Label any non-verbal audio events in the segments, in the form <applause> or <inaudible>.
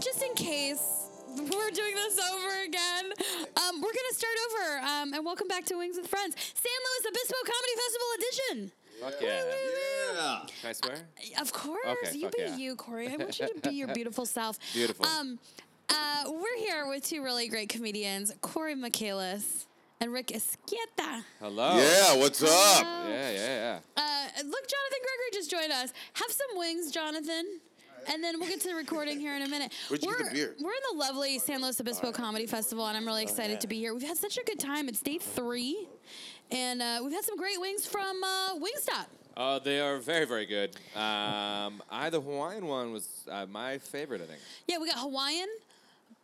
just in case we're doing this over again, um, we're gonna start over. Um, and welcome back to Wings with Friends, San Luis Obispo Comedy Festival edition. Fuck yeah. Yeah. Can I swear? Of course, Okay, you fuck be yeah. you, Corey. I want you <laughs> to be your beautiful self. Beautiful. Um, uh, we're here with two really great comedians, Corey Michaelis and Rick Esquieta. Hello. Yeah, what's up? Yeah, yeah, yeah. Uh, look, Jonathan Gregory just joined us. Have some wings, Jonathan. And then we'll get to the recording here in a minute. Where'd you we're, get the beer? Oh, We're in the lovely San Luis Obispo Comedy Festival, and I'm really excited to be here. We've had such a good time. It's day three, and uh, we've had some great wings from uh, Wingstop. Uh, they are very, very good. Um, I the Hawaiian one was uh, my favorite, I think. Yeah, we got Hawaiian,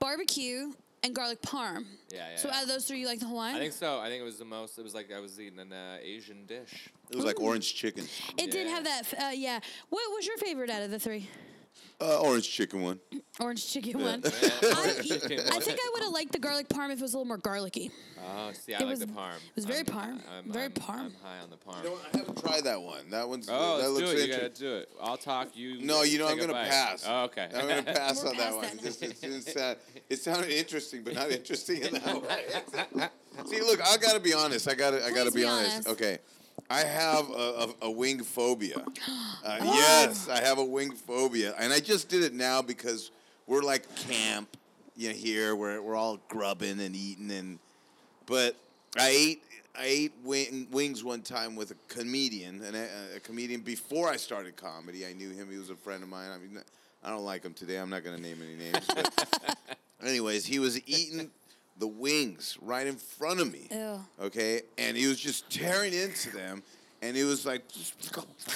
barbecue, and garlic parm. Yeah, yeah, So yeah. out of those three, you like the Hawaiian? I think so. I think it was the most. It was like I was eating an uh, Asian dish. <laughs> It was like orange chicken. It did Yeah. have that. f- Uh, yeah. What was your favorite out of the three? Uh, orange chicken one. Orange chicken <laughs> one. I, <laughs> I think I would have liked the garlic parm if it was a little more garlicky. Oh, see, I It like was- the parm. it was very parm. Very I'm, parm. I'm high on the parm. I haven't tried that one. That one's oh, that let's looks do it. You gotta interesting. do it. I'll talk. You. No, you know I'm take a gonna bite. pass. Oh, okay. <laughs> I'm gonna pass We're on that past one. that. Just, it's, it's, uh, it sounded interesting, but not <laughs> interesting in that way. See, look, I gotta be honest. I gotta, I gotta Please be, be honest. honest. Okay, I have a, a, a wing <gasps> phobia. Uh, Yes, I have a wing phobia, and I just did it now because we're like camp, you know, here where we're all grubbing and eating, and but I ate. I ate wing, wings one time with a comedian, and a, a comedian before I started comedy. I knew him; he was a friend of mine. I mean, I don't like him today. I'm not going to name any names. But Anyways, he was eating the wings right in front of me. Ew. Okay, and he was just tearing into them, and he was like, <laughs>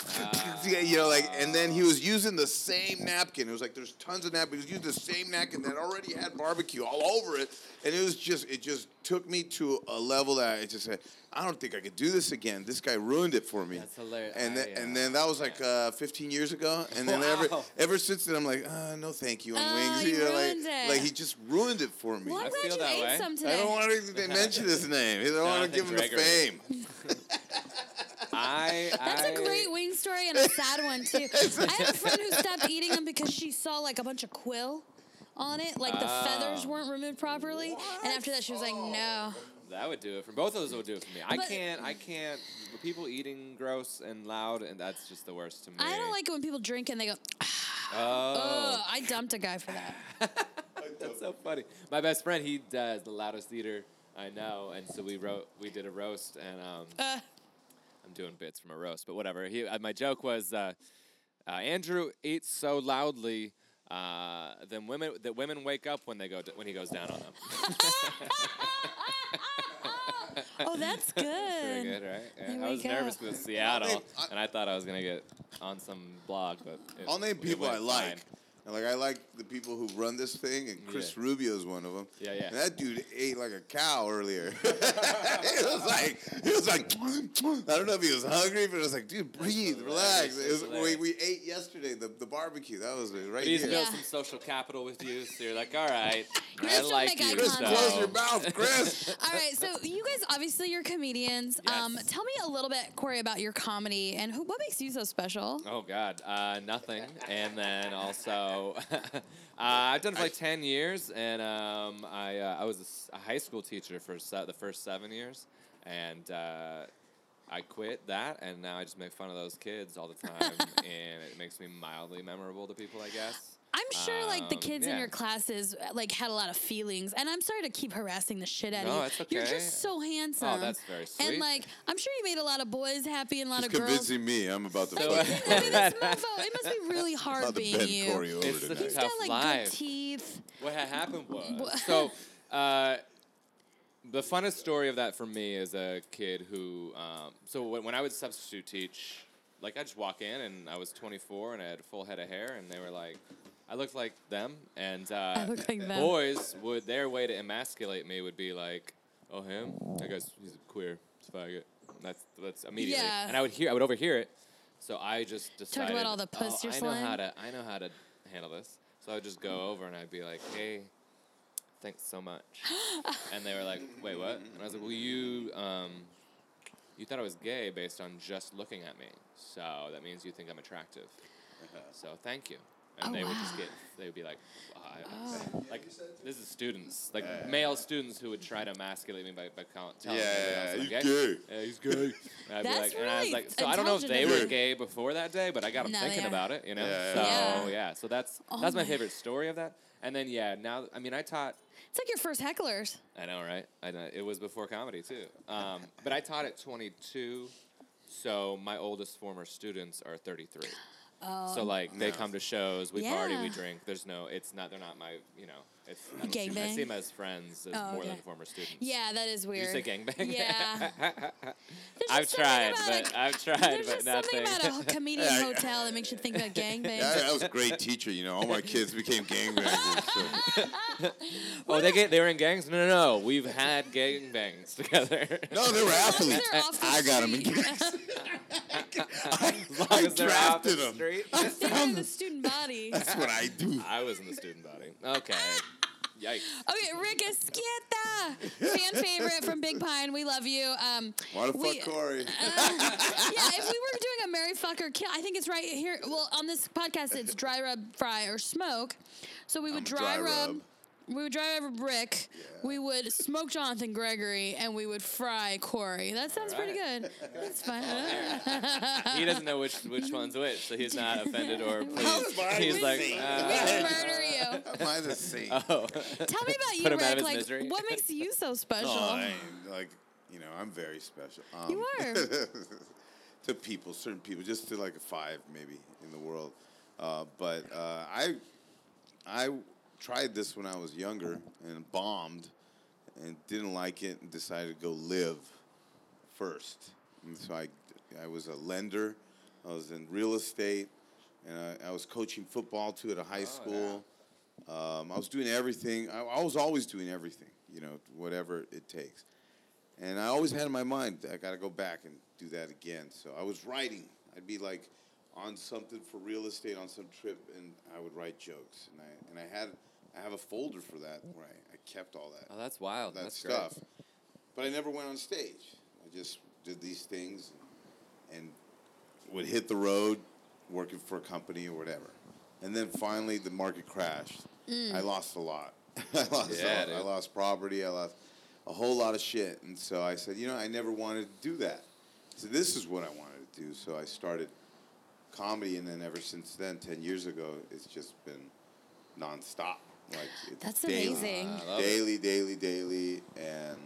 you know, like, and then he was using the same napkin. It was like there's tons of napkins. He was using the same napkin that already had barbecue all over it, and it was just, it just took me to a level that I just said, I don't think I could do this again. This guy ruined it for me. That's hilarious. And then, I, uh, and then that was like uh, 15 years ago, and then ever Wow. ever since then, I'm like, uh, no, thank you on Oh, wings. you know, like, ruined it. like he just ruined it for me. Well, I'm I glad feel you that ate way. some today. I don't want to mention <laughs> his name. I don't want Jonathan to give him Gregory. the <laughs> fame. I. That's I, a great wing story and a sad one <laughs> too. I have a friend who stopped eating them because she saw like a bunch of quill on it, like the feathers Ah. weren't removed properly. And after that, she was Oh, like, "No." That would do it for both of those. Would do it for me. I But- can't. I can't. People eating gross and loud, and that's just the worst to me. I don't like it when people drink and they go, Oh, "Ugh." I dumped a guy for <laughs> that. that's so funny. My best friend, he does the loudest eater I know, and so we wrote. We did a roast, and um, Uh, I'm doing bits from a roast, but whatever. He, uh, my joke was uh, uh, Andrew eats so loudly. Uh, then women that women wake up when they go d- when he goes down on them. oh, that's good. Pretty good, right? Yeah, They I was wake nervous up. with Seattle, They- I- and I thought I was gonna get on some blog, but it- I'll name it people went I like. fine. And, Like I like the people who run this thing, and Chris Yeah. Rubio is one of them. Yeah, yeah. And that dude ate like a cow <laughs> earlier. <laughs> it was like he was like I don't know if he was hungry, but it was like, dude, breathe, relax. hilarious. It was, That's we, hilarious. we ate yesterday the, the barbecue. That was it right But he's here. built Yeah. some social capital with you, so you're like, all right, <laughs> You I just don't like make eye you. Chris, contact. close so- your mouth, <laughs> Chris. All right, so you guys obviously you're comedians. Um, Yes. tell me a little bit, Corey, about your comedy and who, what makes you so special. Oh God, uh, nothing. And then also, <laughs> uh, I've done it for like ten years, and um, I uh, I was a s- a, high school teacher for se- the first seven years, and uh, I quit that, and now I just make fun of those kids all the time, <laughs> and it makes me mildly memorable to people, I guess. I'm sure like the Um, kids in yeah. your classes uh, like had a lot of feelings, and I'm sorry to keep harassing the shit out No, of it's you. You're okay. Oh, just so handsome. that's very And sweet. like I'm sure you made a lot of boys happy and a lot of He's girls. convincing me I'm about to <laughs> So, fuck uh, I mean, <laughs> this mofo, it must be really about hard to being bend you. Corey over It's tonight. the He's got Tough like life. good teeth. <laughs> What had happened was Wha- so. Uh, the funnest story of that for me is a kid who. Um, so when, when I would substitute teach, like I just walk in and I was 24 and I had a full head of hair and they were like, I looked like them and uh, I look like them. boys would their way to emasculate me would be like, oh him, I guess he's queer, he's a faggot. That's that's immediately, Yeah. and I would hear, I would overhear it, so I just about decided. all the puss oh, you're I know how slime." to, I know how to handle this. So I would just go over and I'd be like, hey thanks so <gasps> much. and they were like, wait, what? And I was like, well, you, um, you thought I was gay Uh-huh. based on just looking at me. So that means you think I'm attractive. So thank you. and Oh, they would just wow. Oh. get they would be like, "Why?" like this is students, like male students who would try to emasculate me by, by call- telling Yeah, me he's that I was gay. Yeah, he's gay. And I'd be That's like, and I was really like, so I don't know if they intelligent of were them. gay before that day, but I got them No, they thinking are. about it, you know. Yeah, yeah. so Yeah. yeah, so that's Oh that's my my- favorite story of that. And then yeah, now I mean I taught It's like your first hecklers. I know, right? I know. It was before comedy too. Um, but I taught at 22, so my oldest former students are 33. Oh. So like they No. come to shows, we party, we Yeah. drink. There's no, it's not. They're not my, you know. It's I, don't see, I Gangbang? see them as friends, as Oh, more okay. than former students. Yeah, that is Did you weird. say <laughs> gangbang? Yeah. There's I've just something tried, about but <laughs> a- i I've tried, There's but just nothing. something about a comedian Yeah, I- hotel that makes you think <laughs> about gangbangs. Yeah, that was <laughs> a great teacher. You know, all my kids became gangbangers. so. oh, they get they were in gangs. No, no, no. We've had gangbangs together. <laughs> No, they were As long as athletes. they're off the I got them. street. <laughs> <laughs> as long as they're out drafted the 'em. <laughs> street. They were in the student body. That's what I do. I was in the student body. Okay. Yikes. Okay, Rick Esquieta, fan favorite from Big Pine. We love you. Um, Why the we- fuck, Corey? yeah, if we were doing a Mary Fucker Kill, I think it's right here. Well, on this podcast, it's dry rub, fry, or smoke. So we would I'm a dry, dry rub, rub. We would dry rub Rick. We would smoke Jonathan Gregory, and we would fry Corey. That sounds pretty good. That's fun. <laughs> He doesn't know which which one's which, so he's not offended or pleased. am I He's like, listening? We'd uh, murder you. Am I the same? <laughs> oh. Tell me about you, Put him Rick. out of his like, misery. what makes you so special? <laughs> No, Oh, I ain't, like you know, I'm very special. Um, You are. <laughs> to people, certain people, just to like five maybe in the world. Uh, but uh, I, I tried this when I was younger and bombed, and didn't like it and decided to go live first. And so I, I was a lender. I was in real estate, and I, I was coaching football too at a high school. Um, I was doing everything. I, I was always doing everything, you know, whatever it takes. And I always had in my mind, I got to go back and do that again. So I was writing. I'd be like on something for real estate on some trip, and I would write jokes. And I and I had I have a folder for that where I, I kept all that oh, that's wild. that That's great. stuff. But I never went on stage. I just did these things and would hit the road working for a company or whatever. And then finally the market crashed. I lost a lot. <laughs> I lost a Yeah, lot. dude. I lost property, I lost a whole lot of shit. And so I said, you know, I never wanted to do that. So this is what I wanted to do. So I started comedy and then ever since then, ten years ago, it's just been nonstop. Like it's That's daily amazing. I love it. daily, daily, daily, and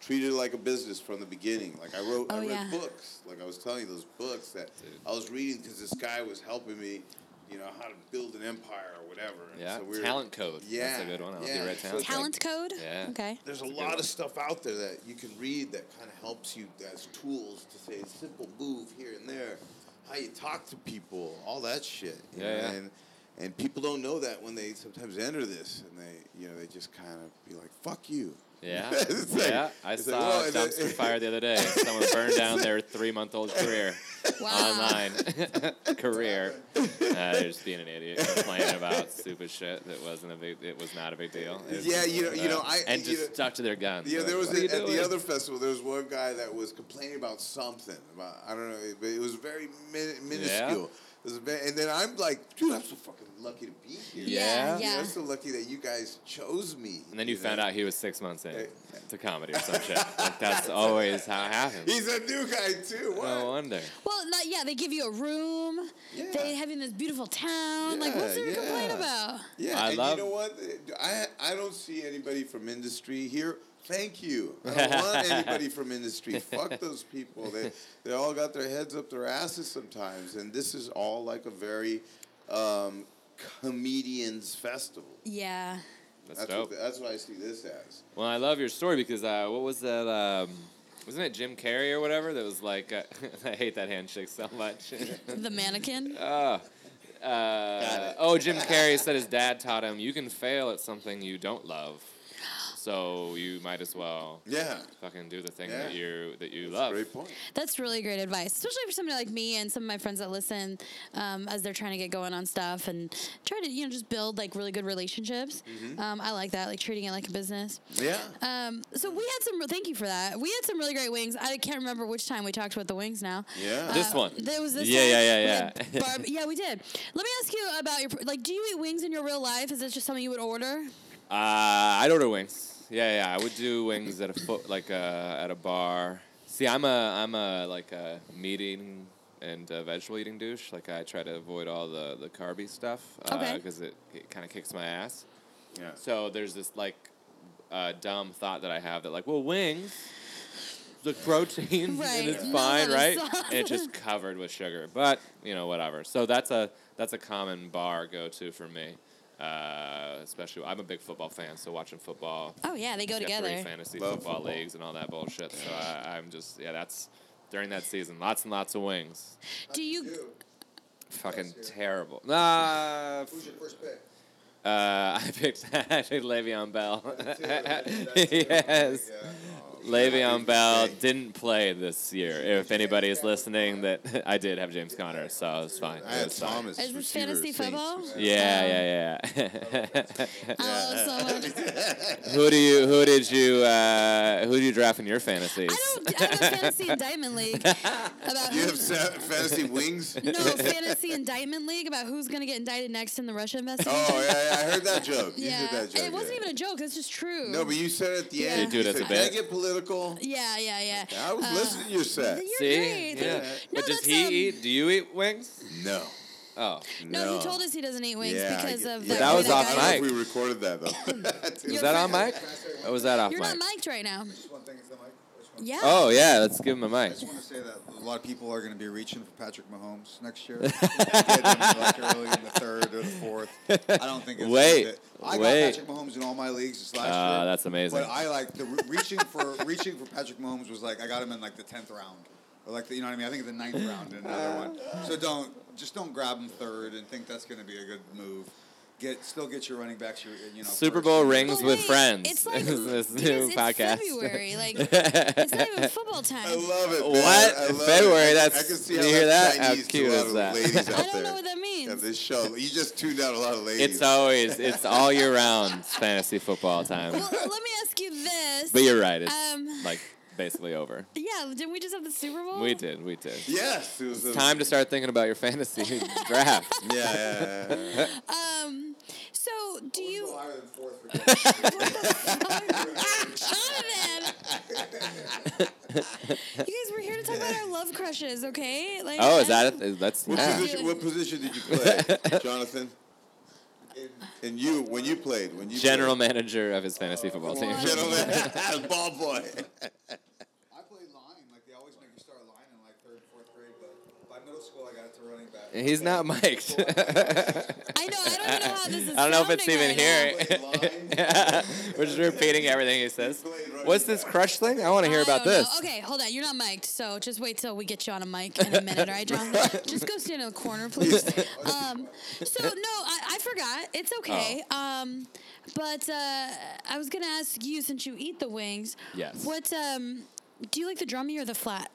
treated it like a business from the beginning. Like I wrote, Oh, I read yeah. books. Like I was telling you, those books that I was reading because this guy was helping me, you know, how to build an empire or whatever. And Yeah. so we were- talent code. Yeah, That's a good one. I hope yeah. you read So <laughs> talent. Talent code. Yeah. Okay. There's a good lot one. of stuff out there that you can read that kind of helps you as tools to say simple move here and there, how you talk to people, all that shit. you Yeah, know, yeah. And and people don't know that when they sometimes enter this and they you know they just kind of be like fuck you. Yeah. It's like- yeah. I it's saw like, whoa, a and dumpster then- <laughs> fire the other day. Someone burned down their three month old career Wow. <laughs> online <laughs> career. Uh, they're just being an idiot, complaining about stupid shit that wasn't a big. It was not a big deal. It was Yeah, just you know- like you that. know, I- and you just know- stuck to their guns. Yeah, Like, there was what are you a, at doing? the other festival. There was one guy that was complaining about something about I don't know, but it was very min- minuscule. It was ve- and then I'm like, dude, I'm so fucking lucky to be here. Yeah. Yeah. You know, I'm so lucky that you guys chose me. And then you found know? out he was six months in Hey. to comedy or some shit. <laughs> Like that's always how it happens. he's a new guy too. What? No wonder. Well, not, yeah, they give you a room. They Yeah. have you in this beautiful town. like, what's Yeah, there to complain yeah. about? Yeah, I and love- you know what? I I don't see anybody from industry here. Thank you. I don't want <laughs> anybody from industry. Fuck those people. They they all got their heads up their asses sometimes, and this is all like a very um, comedians festival. Yeah. That's, That's dope. what, that's what I see this as. well, I love your story because uh, what was that? Um, wasn't it Jim Carrey or whatever that was like? Uh, <laughs> I hate that handshake so <laughs> much. The mannequin. uh, oh, Jim Carrey said his dad taught him you can fail at something you don't love. So you might as well Yeah. fucking do the thing Yeah. that you that you love. Great point. That's really great advice, especially for somebody like me and some of my friends that listen um, as they're trying to get going on stuff and try to, you know, just build like really good relationships. Mm-hmm. Um, I like that, like treating it like a business. Yeah. Um, so we had some. Thank you for that. We had some really great wings. I can't remember which time we talked about the wings now. Yeah. This one. There Uh, was this. Yeah, one. yeah, yeah, We yeah. <laughs> had barb- yeah, we did. Let me ask you about your like. Do you eat wings in your real life? Is this just something you would order? Uh, I'd order wings. Yeah, yeah. I would do wings at a foot like uh, at a bar. See, I'm a I'm a like a meat eating and uh, vegetable eating douche. Like I try to avoid all the the carby stuff Okay. because it, it kind of kicks my ass. Yeah. So there's this like uh, dumb thought that I have that like, well, wings, the protein, Right. and it's None fine, of right? us. And it's just covered with sugar, but you know whatever. So that's a that's a common bar go to for me, uh, especially I'm a big football fan, so watching football. Oh yeah, they go I've got together. Three fantasy Love football, football. leagues and all that bullshit. So I, I'm just yeah, that's during that season, lots and lots of wings. Do you? Fucking terrible. Nah, Who's your first <laughs> pick? Uh, <laughs> I picked I picked Le'Veon Bell. <laughs> yes, Yes. Oh, Le'Veon Bell didn't play this year. If anybody is listening, that <laughs> I did have James Conner, so it's fine. I had It's fine. Thomas. Is this receiver, fantasy Saints. football? <laughs> Yeah, yeah, yeah. <laughs> I <laughs> love oh, so um, much. who do you who did you uh, who do you draft in your fantasies? I don't. I have a <laughs> fantasy indictment league about You who- have sa- fantasy wings? <laughs> no fantasy indictment league about who's going to get indicted next in the Russia investigation. <laughs> Oh, yeah, yeah, I heard that joke. You yeah. did that joke. it wasn't yeah. even a joke. It's just true. No, but you said at the Yeah. end. You do it as said, a Can I bit. get political? yeah, yeah, yeah. I was Uh, listening to your set. You're See, great. yeah. Thank you. No, But does that's, he um, eat? Do you eat wings? No. Oh, No, he told us he doesn't eat wings Yeah, I because get- of yeah. that. That was guy- I off mic. don't know if we recorded that <laughs> though. <laughs> is that on mic? Or was that off You're mic? not mic'd right now. Just one thing, is that Mike? I just wanna- Yeah. Oh yeah, let's give him a I mic. just want to say that a lot of people are going to be reaching for Patrick Mahomes next year. <laughs> Get him, like early in the third or the fourth. I don't think it's Wait, worth it. I wait. got Patrick Mahomes in all my leagues this last Ah, year. that's amazing. But I like the re- reaching for reaching for Patrick Mahomes was like I got him in like the tenth round, or like the, you know what I mean. I think it's the ninth round in another one. So don't just don't grab him third and think that's going to be a good move. Get still get your running backs. Your you know Super first. Bowl rings But with wait, friends. <laughs> It's like is this because new it's podcast. February. <laughs> Like it's not even football time. I love it. man. What? I love February, It. I- that's- I can see you how hear that? How Chinese to cute a lot is of that? Ladies out I don't there. know what that Yeah, <laughs> means. this show, you just tuned out a lot of ladies. It's always it's all <laughs> year round fantasy football time. Well, uh, let me ask you this. But you're right. It's Um, like basically over. yeah, didn't we just have the Super Bowl? We did. We did. yes. It was a- Time to start thinking about your <laughs> fantasy <laughs> draft. Yeah, yeah, yeah, yeah. Um, so do Wouldn't you? go higher than fourth for Donovan! <laughs> you guys, we're here to talk about our love crushes, okay? Like, Oh, is I- that it? That's What, yeah. position, what position did you <laughs> play, Jonathan? in- And you, when you played, when you <laughs> general manager of his fantasy football team. played, gentleman, ball boy. I played line, like they always make you start line in like third, fourth grade, but by middle school I got it to running back. <laughs> He's not mic'd. I know, I don't even know how this is. <laughs> I don't know if it's sounding even right here. Played line. <laughs> We're just repeating everything he says. What's this crush thing? I want to now. hear I about don't know. this. Oh, Okay, hold on. You're not mic'd, so just wait till we get you on a mic in a minute, all right, <laughs> John? just go stand in the corner, please. Um, so, no, I, I forgot. Oh. It's okay. Um, but uh, I was going to ask you, since you eat the wings, Yes. what um, do you like the drummy or the flat?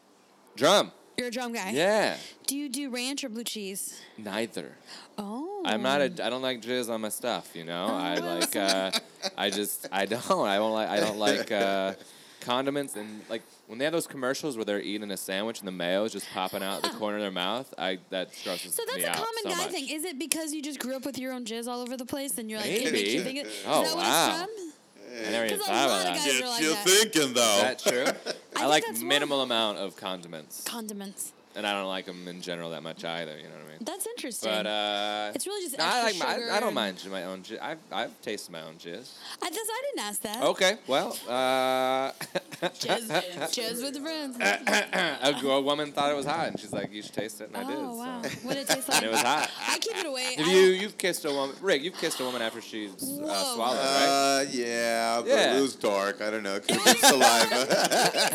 Drum. You're a drum guy. Yeah. Do you do ranch or blue cheese? Neither. Oh. I'm not a. I don't like jizz on my stuff. You know. I like. Uh, I just. I <laughs> don't. I don't like. I don't like uh, condiments and like when they have those commercials where they're eating a sandwich and the mayo is just popping out the corner of their mouth. I that grosses So that's me a out common so guy much. thing. Is it because you just grew up with your own jizz all over the place and you're like, it makes Maybe. you think it? Is Oh, that wow. what it's from? I never even 'Cause a thought lot about of that. guys- Is are like you're that. thinking though. that true? I, think like that's wrong. minimal amount of condiments, Condiments. and I don't like them in general that much either. You know what I mean? That's interesting. But uh, it's really just no, extra I like. My, sugar. I, I don't and- mind my own. Jizz. I've I've tasted my own jizz. I, that's, I didn't ask that. Okay. Well. <laughs> Uh, <laughs> Jizz, jizz with the friends. <coughs> a girl woman thought it was hot, and she's like, "You should taste it," and I did. oh wow. So. What it taste like? <laughs> And it was hot. I keep it away. Have I you you've kissed a woman, Rick? You've kissed a woman after she's uh, Whoa. swallowed, right? Uh, yeah, but Yeah. <laughs> it was dark. I don't know. It could have been saliva.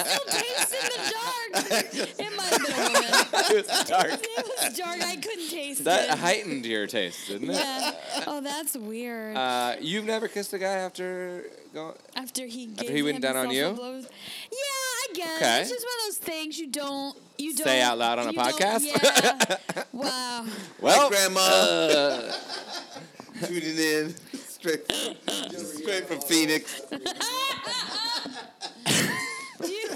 don't taste in the dark. <laughs> It might have been a woman. <laughs> it's dark. It was dark. I couldn't taste That it. heightened your taste, didn't it? yeah. Oh, that's weird. Uh, you've never kissed a guy after going. after he gave he went down on himself you? a blow- Yeah, I guess Okay. it's just one of those things you don't you don't Say out loud on a you don't- podcast? <laughs> Yeah. wow. Well, Grandma. uh, Tuning in straight from, straight from Phoenix. You-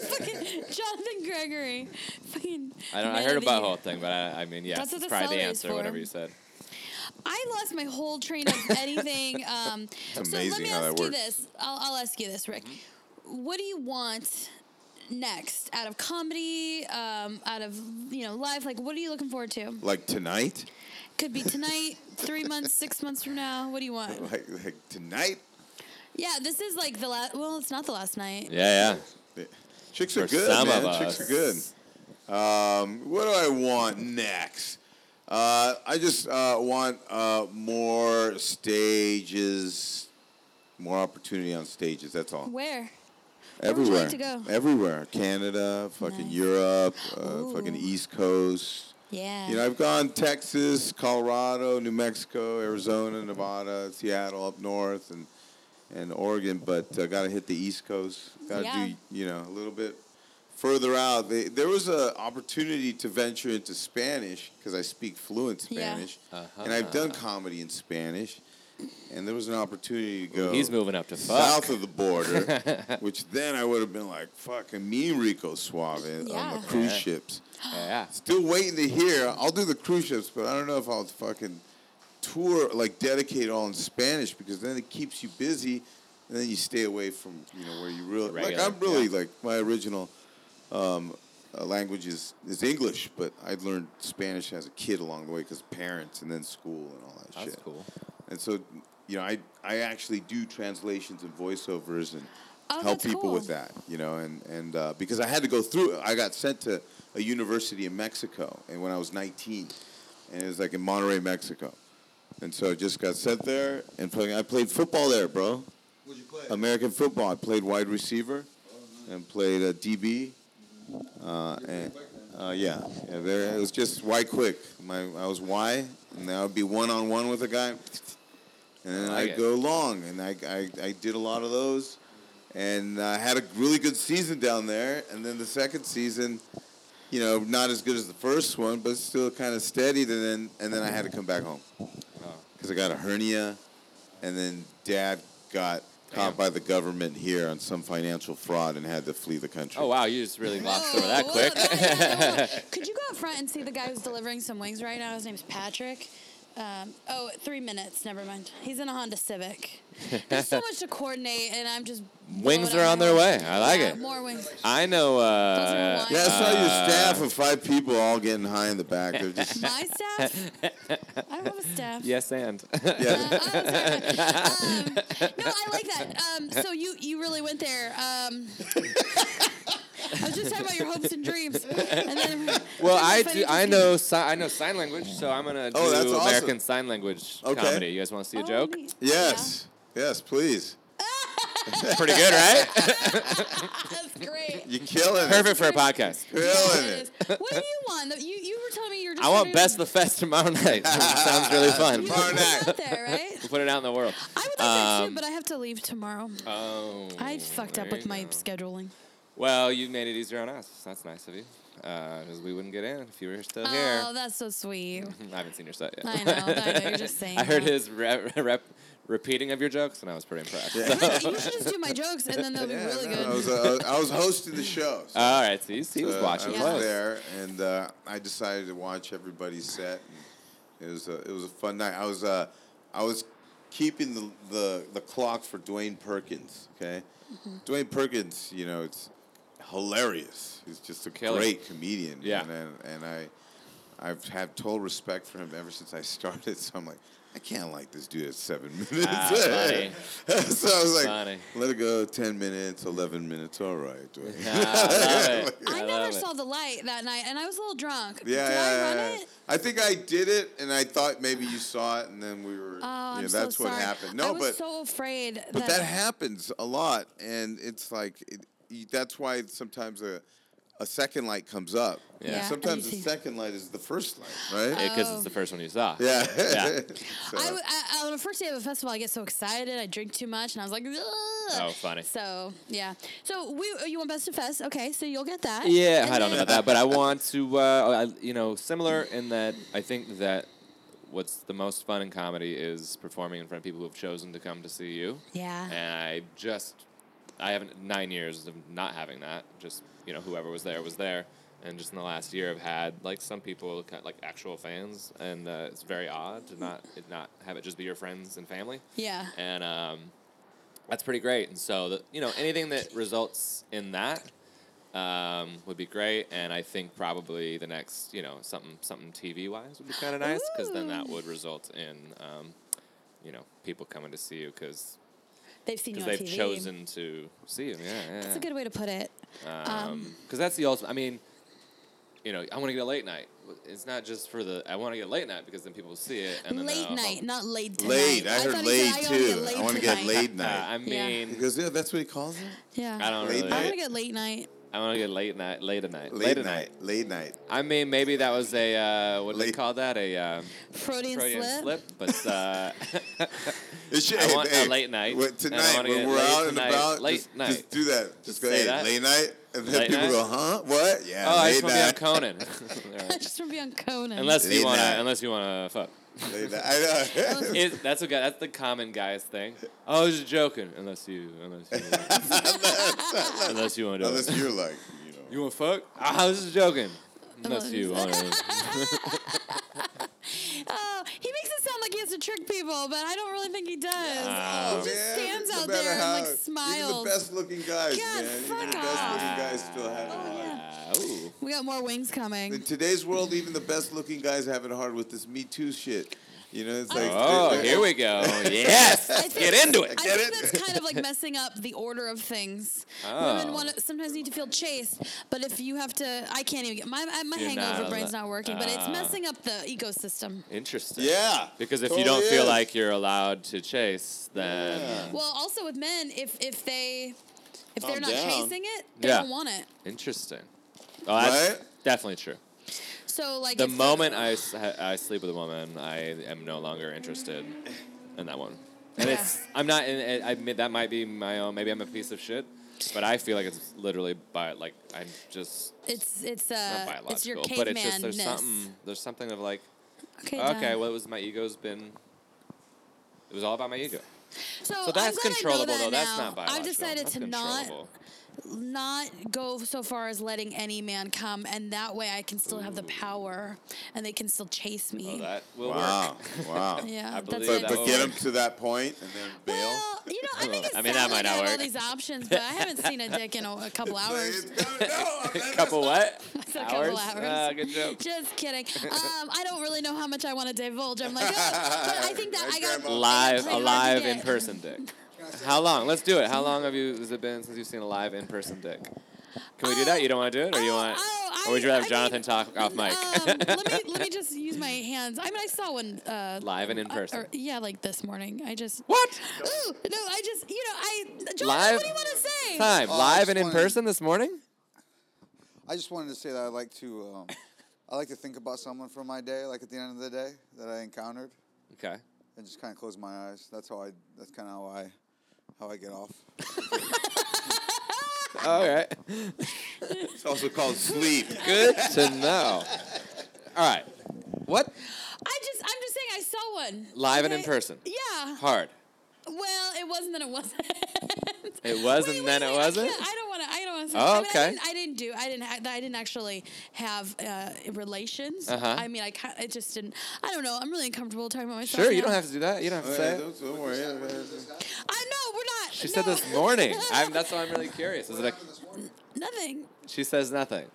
fucking Jonathan Gregory. Fucking. <laughs> I don't. I man heard of a the year. butthole thing, but I, I mean, yeah, That's what it's the probably the celery's answer. Whatever for. you said. I lost my whole train of <laughs> anything. Um, so let amazing me how that ask you works. this. I'll, I'll ask you this, Rick. What do you want next out of comedy? Um, out of you know life? Like, what are you looking forward to? Like tonight? Could be tonight, three months, six months from now. What do you want? Like, like tonight? Yeah, this is like the last. Well, it's not the last night. Yeah, yeah. Chicks For are good, some man. of Chicks are good. Um, what do I want next? Uh, I just uh, want uh, more stages, more opportunity on stages. That's all. Where? would you Everywhere. like to go? Everywhere. Canada, fucking Nice. Europe, uh, fucking Ooh. East Coast. Yeah. You know, I've gone Texas, Colorado, New Mexico, Arizona, Nevada, Seattle up north, and and Oregon. But uh, got to hit the East Coast. Got to Yeah. do you know a little bit further out. They, there was an opportunity to venture into Spanish because I speak fluent Yeah. Spanish, and I've done comedy in Spanish. And there was an opportunity to go He's moving up to fuck. south of the <laughs> border, which then I would have been like, fucking me, Rico Suave, on Yeah. the cruise Yeah. ships. Yeah. Still waiting to hear. I'll do the cruise ships, but I don't know if I'll fucking tour like dedicate all in Spanish because then it keeps you busy, and then you stay away from you know where you really like. Regular, I'm really yeah. like my original um, uh, language is is English, but I learned Spanish as a kid along the way because parents and then school and all that That's shit. cool. And so, you know, I I actually do translations and voiceovers and Oh, help that's people with cool. that. You know, and and uh, because I had to go through, I got sent to a university in Mexico, and when I was 19, and it was like in Monterrey, Mexico, and so I just got sent there and playing. I played football there, bro. Would you play? American football. I played wide receiver and played uh, DB. Uh, and, uh, yeah, yeah there, it was just Y quick. My, I was Y, and I would be one on one with a guy, and then like I'd it. go long, and I, I, I did a lot of those, and I had a really good season down there, and then the second season, you know, not as good as the first one, but still kind of steady, and then and then I had to come back home because I got a hernia, and then Dad got caught by the government here on some financial fraud and had to flee the country. Oh wow, you just really glossed over that Whoa, quick. whoa, yeah, <laughs> yeah, whoa. Could you go up front and see the guy who's delivering some wings right now? His name's Patrick. Um, oh, three minutes. Never mind. He's in a Honda Civic. There's so much to coordinate, and I'm just. Wings blowing are up on my their wings. way. I like Yeah, it. Uh, More wings. I know. are Uh, wine. Yeah, I saw your uh, staff of five people all getting high in the back. They're <laughs> just My staff? I don't have a staff. Yes, and Uh, yeah. I'm <laughs> sorry. Um, no, I like that. Um, so you you really went there. Um, <laughs> I was just talking about your hopes and dreams, and then well, then I the do. financial I thing- know. Si- I know sign language, so I'm gonna do Oh, that's awesome. American Sign Language Okay. comedy. You guys want to see a Oh, joke? neat. Yes. Yes, please. Pretty good, right? <laughs> Yeah, <laughs> that's great. You're killing it. Perfect for a podcast. Killing Yes. <laughs> it. What do you want? The- You, you were telling me you're just. I want gonna- Best of the Fest tomorrow night. <laughs> Sounds really fun. You put Tomorrow it night. out there, right? <laughs> Put it out in the world. I would like that too, Um, but I have to leave tomorrow. Oh, I fucked up there with you my go. scheduling. Well, you made it easier on us. That's nice of you. Because we wouldn't get in if you were still here. <laughs> Oh, that's so sweet. <laughs> <laughs> I haven't seen your set yet. I know. I know. You're <laughs> just saying. I heard that. his re- <laughs> rep repeating of your jokes, and I was pretty impressed. Really? You should just do my jokes, and then they'll be Yeah, really no, I good. was, uh, I was hosting the show. so, <laughs> All right, so he, he was uh, watching I close. was there, and uh, I decided to watch everybody's set. And it was a, it was a fun night. I was uh, I was keeping the, the the clock for Dwayne Perkins. Okay, Mm-hmm. Dwayne Perkins, you know, it's hilarious. He's just a Killer. great comedian. Yeah. and, and, and I. I've had total respect for him ever since I <laughs> started. So I'm like, I can't like this dude at seven minutes. Ah, <laughs> funny. so I was like, Funny. let it go. Ten minutes, eleven minutes. All right. Dwayne. Ah, <laughs> I love it. I, love never it. saw the light that night, and I was a little drunk. Yeah, Did yeah, I run yeah, yeah. it? I think I did it, and I thought maybe you saw it, and then we were. Oh, yeah, I'm that's so what sorry. happened. I No, was but so afraid. but that happens a lot, and it's like it, you- that's why sometimes a a second light comes up. Yeah. Yeah, Sometimes I the see. second light is the first light, right? because Oh. it's the first one you saw. yeah. yeah. <laughs> So- I, w- I- I- on the first day of a festival, I get so excited. I drink too much, and I was like, Ugh. Oh, funny. So yeah. So we oh, you want best of fest? Okay, so you'll get that. Yeah, And I don't know then- about that, but I want to, uh, I, you know, similar in that I think that what's the most fun in comedy is performing in front of people who have chosen to come to see you. Yeah. And I just, I haven't nine years of not having that. Just you know, whoever was there was there, and just in the last year, I've had like some people, ki- like actual fans, and uh, it's very odd to not it not have it just be your friends and family. Yeah. And um, that's pretty great. And so, the, you know, anything that results in that um, would be great. And I think probably the next, you know, something something TV wise would be kind of nice because then that would result in, um, you know, people coming to see you because They've seen you on they've TV. chosen to see you. Yeah, yeah. That's a good um, way to put it. Because that's the ultimate. I mean, you know, I want to get a late night. It's not just for the. I want to get a late night because then people will see it. And then late they'll- night, not late tonight. Laid. I thought he heard said, laid "I wanna too. I want to get tonight." laid <laughs> Uh, I night. Yeah. mean, He goes, yeah, that's what he calls it. Yeah. I don't Late really. I want night. to get late night. I want to get late night, late at Late, night, late at night. night. Late night. I mean, maybe that was a uh, what do they Late- call that? A um, Freudian, Freudian slip. <laughs> slip, <laughs> but uh, <laughs> It should, I want a late night, wait, and I tonight wanna when get we're laid out and tonight, about, late just, night. just do that. Just, go, say hey, that. late night, and then Late people night? go, huh? What? Yeah, oh, I late just want to be on night. Conan. <laughs> I Alright. just want to be on Conan. unless Late you wanna, night. unless you wanna fuck. late night. I <laughs> know. It, that's a guy. That's the common guy's thing. Oh, I was just joking. Unless you, unless <laughs> you, unless you want to do it. Unless you're like, you know. You want to fuck? Ah, I was just joking. Unless you want to. oh, he makes it sound like he has to trick people, but I don't really think he does. Ah. he just Yeah, stands no out matter there and like how- Even smiles. the best looking guys, God, man. Even fuck the best looking off. Oh, guys still have it hard. Uh, ooh. We got more wings In coming. today's world, even the best looking guys have it hard with this Me Too shit. You know, it's like. Oh, they're- here <laughs> we go. Yes, I think- get into it. I Get think it? that's kind of like messing up the order of things. Oh. Women want to sometimes need to feel chased, but if you have to, I can't even get my my You're hangover not brain's allo- not working, but it's Ah. messing up the ecosystem. Interesting. Yeah. Because if you Totally don't feel is. like you're allowed to chase, then Well, also with men, if if they if they're Calm not down. chasing it, they Yeah. don't want it. interesting. Oh, that's Right? definitely true. So like The if moment I, s- I sleep with a woman, I am no longer interested in that one. And it's I'm not. In, I admit that might be my own. Maybe I'm a piece of shit, but I feel like it's literally by like I'm just it's it's not uh biological, it's your but it's just there's cavemanness. something there's something of like Okay. okay, done. well it was my ego's been. It was all about my ego. so, So that's Oh, I'm glad controllable, I know that though. That's now. not biological. I've decided That's to controllable. not not go so far as letting any man come, and that way I can still have the power, and they can still chase me. Oh, that will work. Wow. Wow. <laughs> Yeah, I that's believe it. But, that but will get work. them to that point and then bail. Well, you know, I think it's <laughs> I I mean, that might I not have all work. <laughs> these options, but I haven't seen a dick in a, a couple hours. <laughs> It's gotta- <laughs> no, I'm not- <laughs> couple what? a couple hours. Ah, good <laughs> joke. Just <laughs> kidding. Um, I don't really know how much I want to divulge. I'm like, oh, but I think that I got Grandma. I got Live, plenty a hard to live in get. <laughs> person dick. How long? Let's do it. How long have you has it been since you've seen a live in person dick? Can we do that? You don't want to do it, or you oh, want? oh, or would you I- rather I have Jonathan mean, talk off mic? Um, let me <laughs> let me just use my hands. I mean, I saw one. Uh, live and in uh, person. or- yeah, like this morning. I just. what Ooh, no, I just you know I. Jonathan, Live what do you want to say? time? Oh, I live just and in wanted- person this morning. I just wanted to say that I like to, um, I like to think about someone from my day, like at the end of the day that I encountered, Okay. and just kind of close my eyes. That's how I. That's kind of how I, how I get off. All right. It's also called sleep. <laughs> Good to know. All right. What I just I'm just saying I saw one. live and in Okay? person? Yeah. Hard. Well, it wasn't and it wasn't. <laughs> It was, and then it wasn't. I, can't- I don't want to. I don't want to. Oh, I mean, I okay. didn't, I didn't do. I didn't. ha- I didn't actually have uh, relations. Uh-huh. I mean, I. ca- It just didn't. I don't know. I'm really uncomfortable talking about myself. Sure, you now. don't have to do that. You don't have to say Yeah, it. don't, don't worry. I know we're not. She no. said this morning. <laughs> I'm, that's why I'm really curious. Is it a, nothing. she says nothing.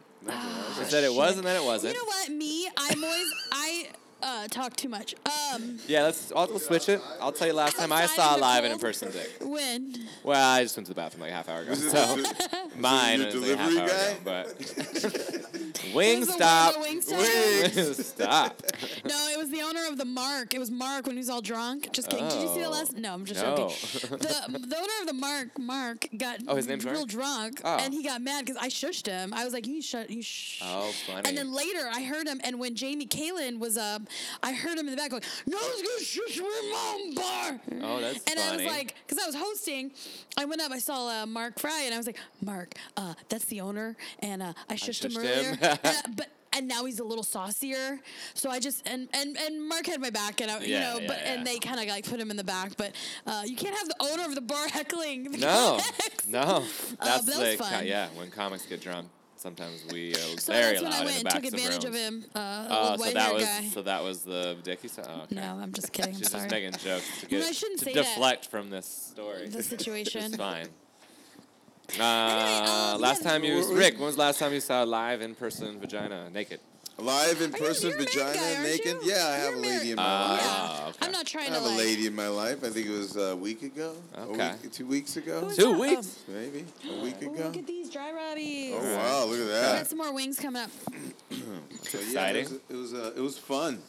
She said it was and then it Ah, You wasn't. know what? Me, I'm always. I uh, talk too much. Um, Yeah, let's. I'll switch it. I'll tell you last time I Outside saw in the live and in cold. person dick. when Well, <laughs> I just went to the bathroom like a half hour ago. This is- So this is mine your was like a half delivery hour ago, guy? <laughs> but It was the one- Wingstop. the Wingstop. Wingstop. No, it was the owner of the Mark. It was Mark when he was all drunk. Just kidding. Did you see the Oh. last? No, I'm just No. <laughs> joking. The, the owner of the Mark, Mark, got Oh, his name's real Mark? drunk, Oh. and he got mad because I shushed him. I was like, "You shut, you shh." Oh, funny. And then later, I heard him, and when Jamie Kalen was up, I heard him in the back going, "No one's gonna shush your mom bar." Oh, that's and I was funny. like, because I was hosting, I went up, I saw uh, Mark Fry, and I was like, Mark, uh, that's the owner, and uh, I shushed him shushed earlier. <laughs> him. And, uh, but and now he's a little saucier, so I just and and, and Mark had my back, and I, you Yeah, know, yeah, but and yeah. they kind of like put him in the back, but uh, you can't have the owner of the bar <laughs> heckling. The No, comics. no. That's that was the Uh, fun. yeah. When comics get drunk, sometimes we are So very that's when loud I in went the and took backs advantage of rooms. him, uh, Oh, old so white that hair was guy. so that was the Dickie. St- oh, okay. no, I'm <laughs> just kidding. I'm She's sorry. just making jokes to You know, get I shouldn't to say that. deflect from this story. <laughs> the situation. <laughs> It's fine. Uh, um, last yeah. time you was Rick. When was the last time you saw a live in-person vagina naked? Live in Are you- person, you're a married vagina guy, aren't naked. you? Yeah, I have You're a lady married. in my Ah, life. yeah, okay. I'm not trying I to have a like. lady in my life. I think it was a week ago. Okay. A week, two weeks ago. Who's Two that? weeks. Maybe a week Oh, ago. look at these dry robbies. Oh wow! Look at We that. got some more wings coming up. <laughs> So, yeah, exciting. It was, it was, uh, it was fun.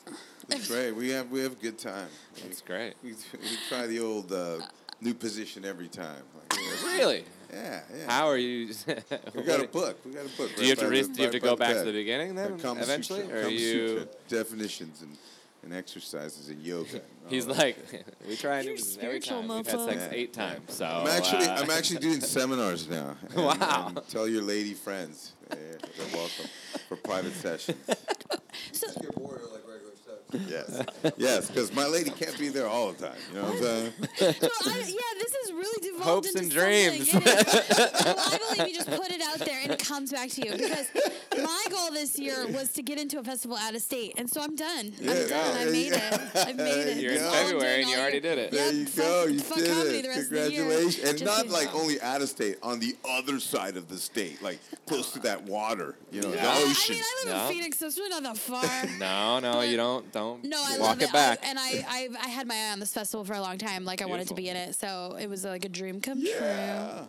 It was great. We have we have a good time. That's great. We, we try the old uh, new position every time. Like, yeah, Really? yeah, yeah. How are you? <laughs> We got a book. We got a book. Do you have to re- do you have to go back to the beginning then Kama Sutra, eventually, or are Kama you? Sutra definitions and, and exercises and <laughs> yoga? Oh, and all <laughs> He's that. like, <laughs> we try and You're do this every spiritual time. We've had sex mofo. eight times, so I'm actually "Oh, uh, I'm actually doing <laughs> seminars now. And, Wow. and tell your lady friends. They're, they're welcome <laughs> for private sessions. Get bored of like regular sex. Yes, yes, because my lady can't be there all the time. You know what I'm saying? So I, yeah, this is really devolved Hopes into and something. dreams. It is. Well, I <laughs> believe you just put it out there and it comes back to you because my goal this year was to get into a festival out of state, and so I'm done. Yeah, I'm done. I yeah, made yeah. it. I made it. You're It's in all I'm doing February and you all already year. did it. Yeah, There you fuck- go. You fuck did comedy it. the rest of the year. Congratulations. And Just not kidding. like only out of state, on the other side of the state, like close to that water, Oh, you know, Yeah, the I ocean. mean, I live No. in Phoenix, so it's really not that <laughs> far. <laughs> No, no, But- you don't. Don't No, I walk love it, it, back. I, and I, I I had my eye on this festival for a long time. Like I wanted to Beautiful. be in it, so it was like a dream come true. yeah.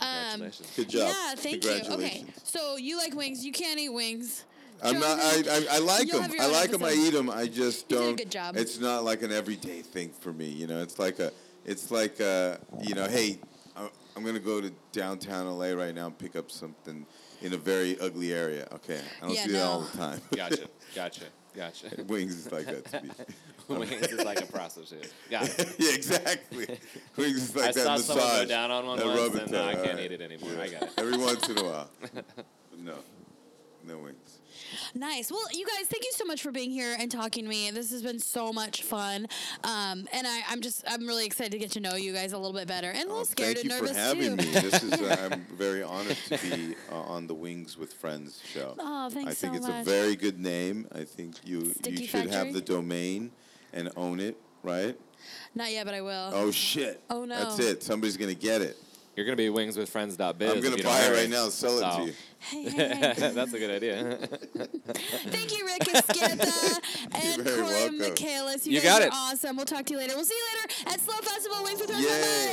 Um, Congratulations. Good job. Yeah, thank you. Okay, Congratulations. so you like wings? You can't eat wings. I'm not. I, Jonathan, I, I like You'll them. have your I own like them. I episode. eat them. I just You don't. did a good job. It's not like an everyday thing for me. You know, it's like a. It's like a. You know, hey, I- I'm gonna go to downtown LA right now and pick up something in a very ugly area. Okay, I don't Yeah, do that all no. the time. <laughs> Gotcha, gotcha, gotcha. <laughs> <laughs> Wings is like that to me. <laughs> Wings is like a prostitute. Got it. yeah, exactly. Wings is <laughs> like I that saw massage. someone go down on one that once, rubber and uh, I tug, all can't right. eat it anymore. I got it. Every once in a <laughs> while. No, no wings. Nice. Well, you guys, thank you so much for being here and talking to me. This has been so much fun, um, and I, I'm just I'm really excited to get to know you guys a little bit better, and a little Oh, scared thank and you for nervous having too. me. This is uh, <laughs> I'm very honored to be uh, on the Wings with Friends show. Oh, thanks I think so it's a much. very good name. I think you Sticky you should Factory? have the domain and own it, right? Not yet, but I will. Oh shit. Oh, no. That's it. Somebody's gonna get it. You're gonna be wingswithfriends.biz. I'm gonna if you don't buy it hurry. right now. and Sell it So- to <laughs> you. Hey, hey, hey. That's a <laughs> good idea. Thank you, Rick <laughs> Esqueta and very Corey welcome. Michaelis. You, You guys got are it. awesome. We'll talk to you later. We'll see you later at Slow Festival Wings with Run. Yay.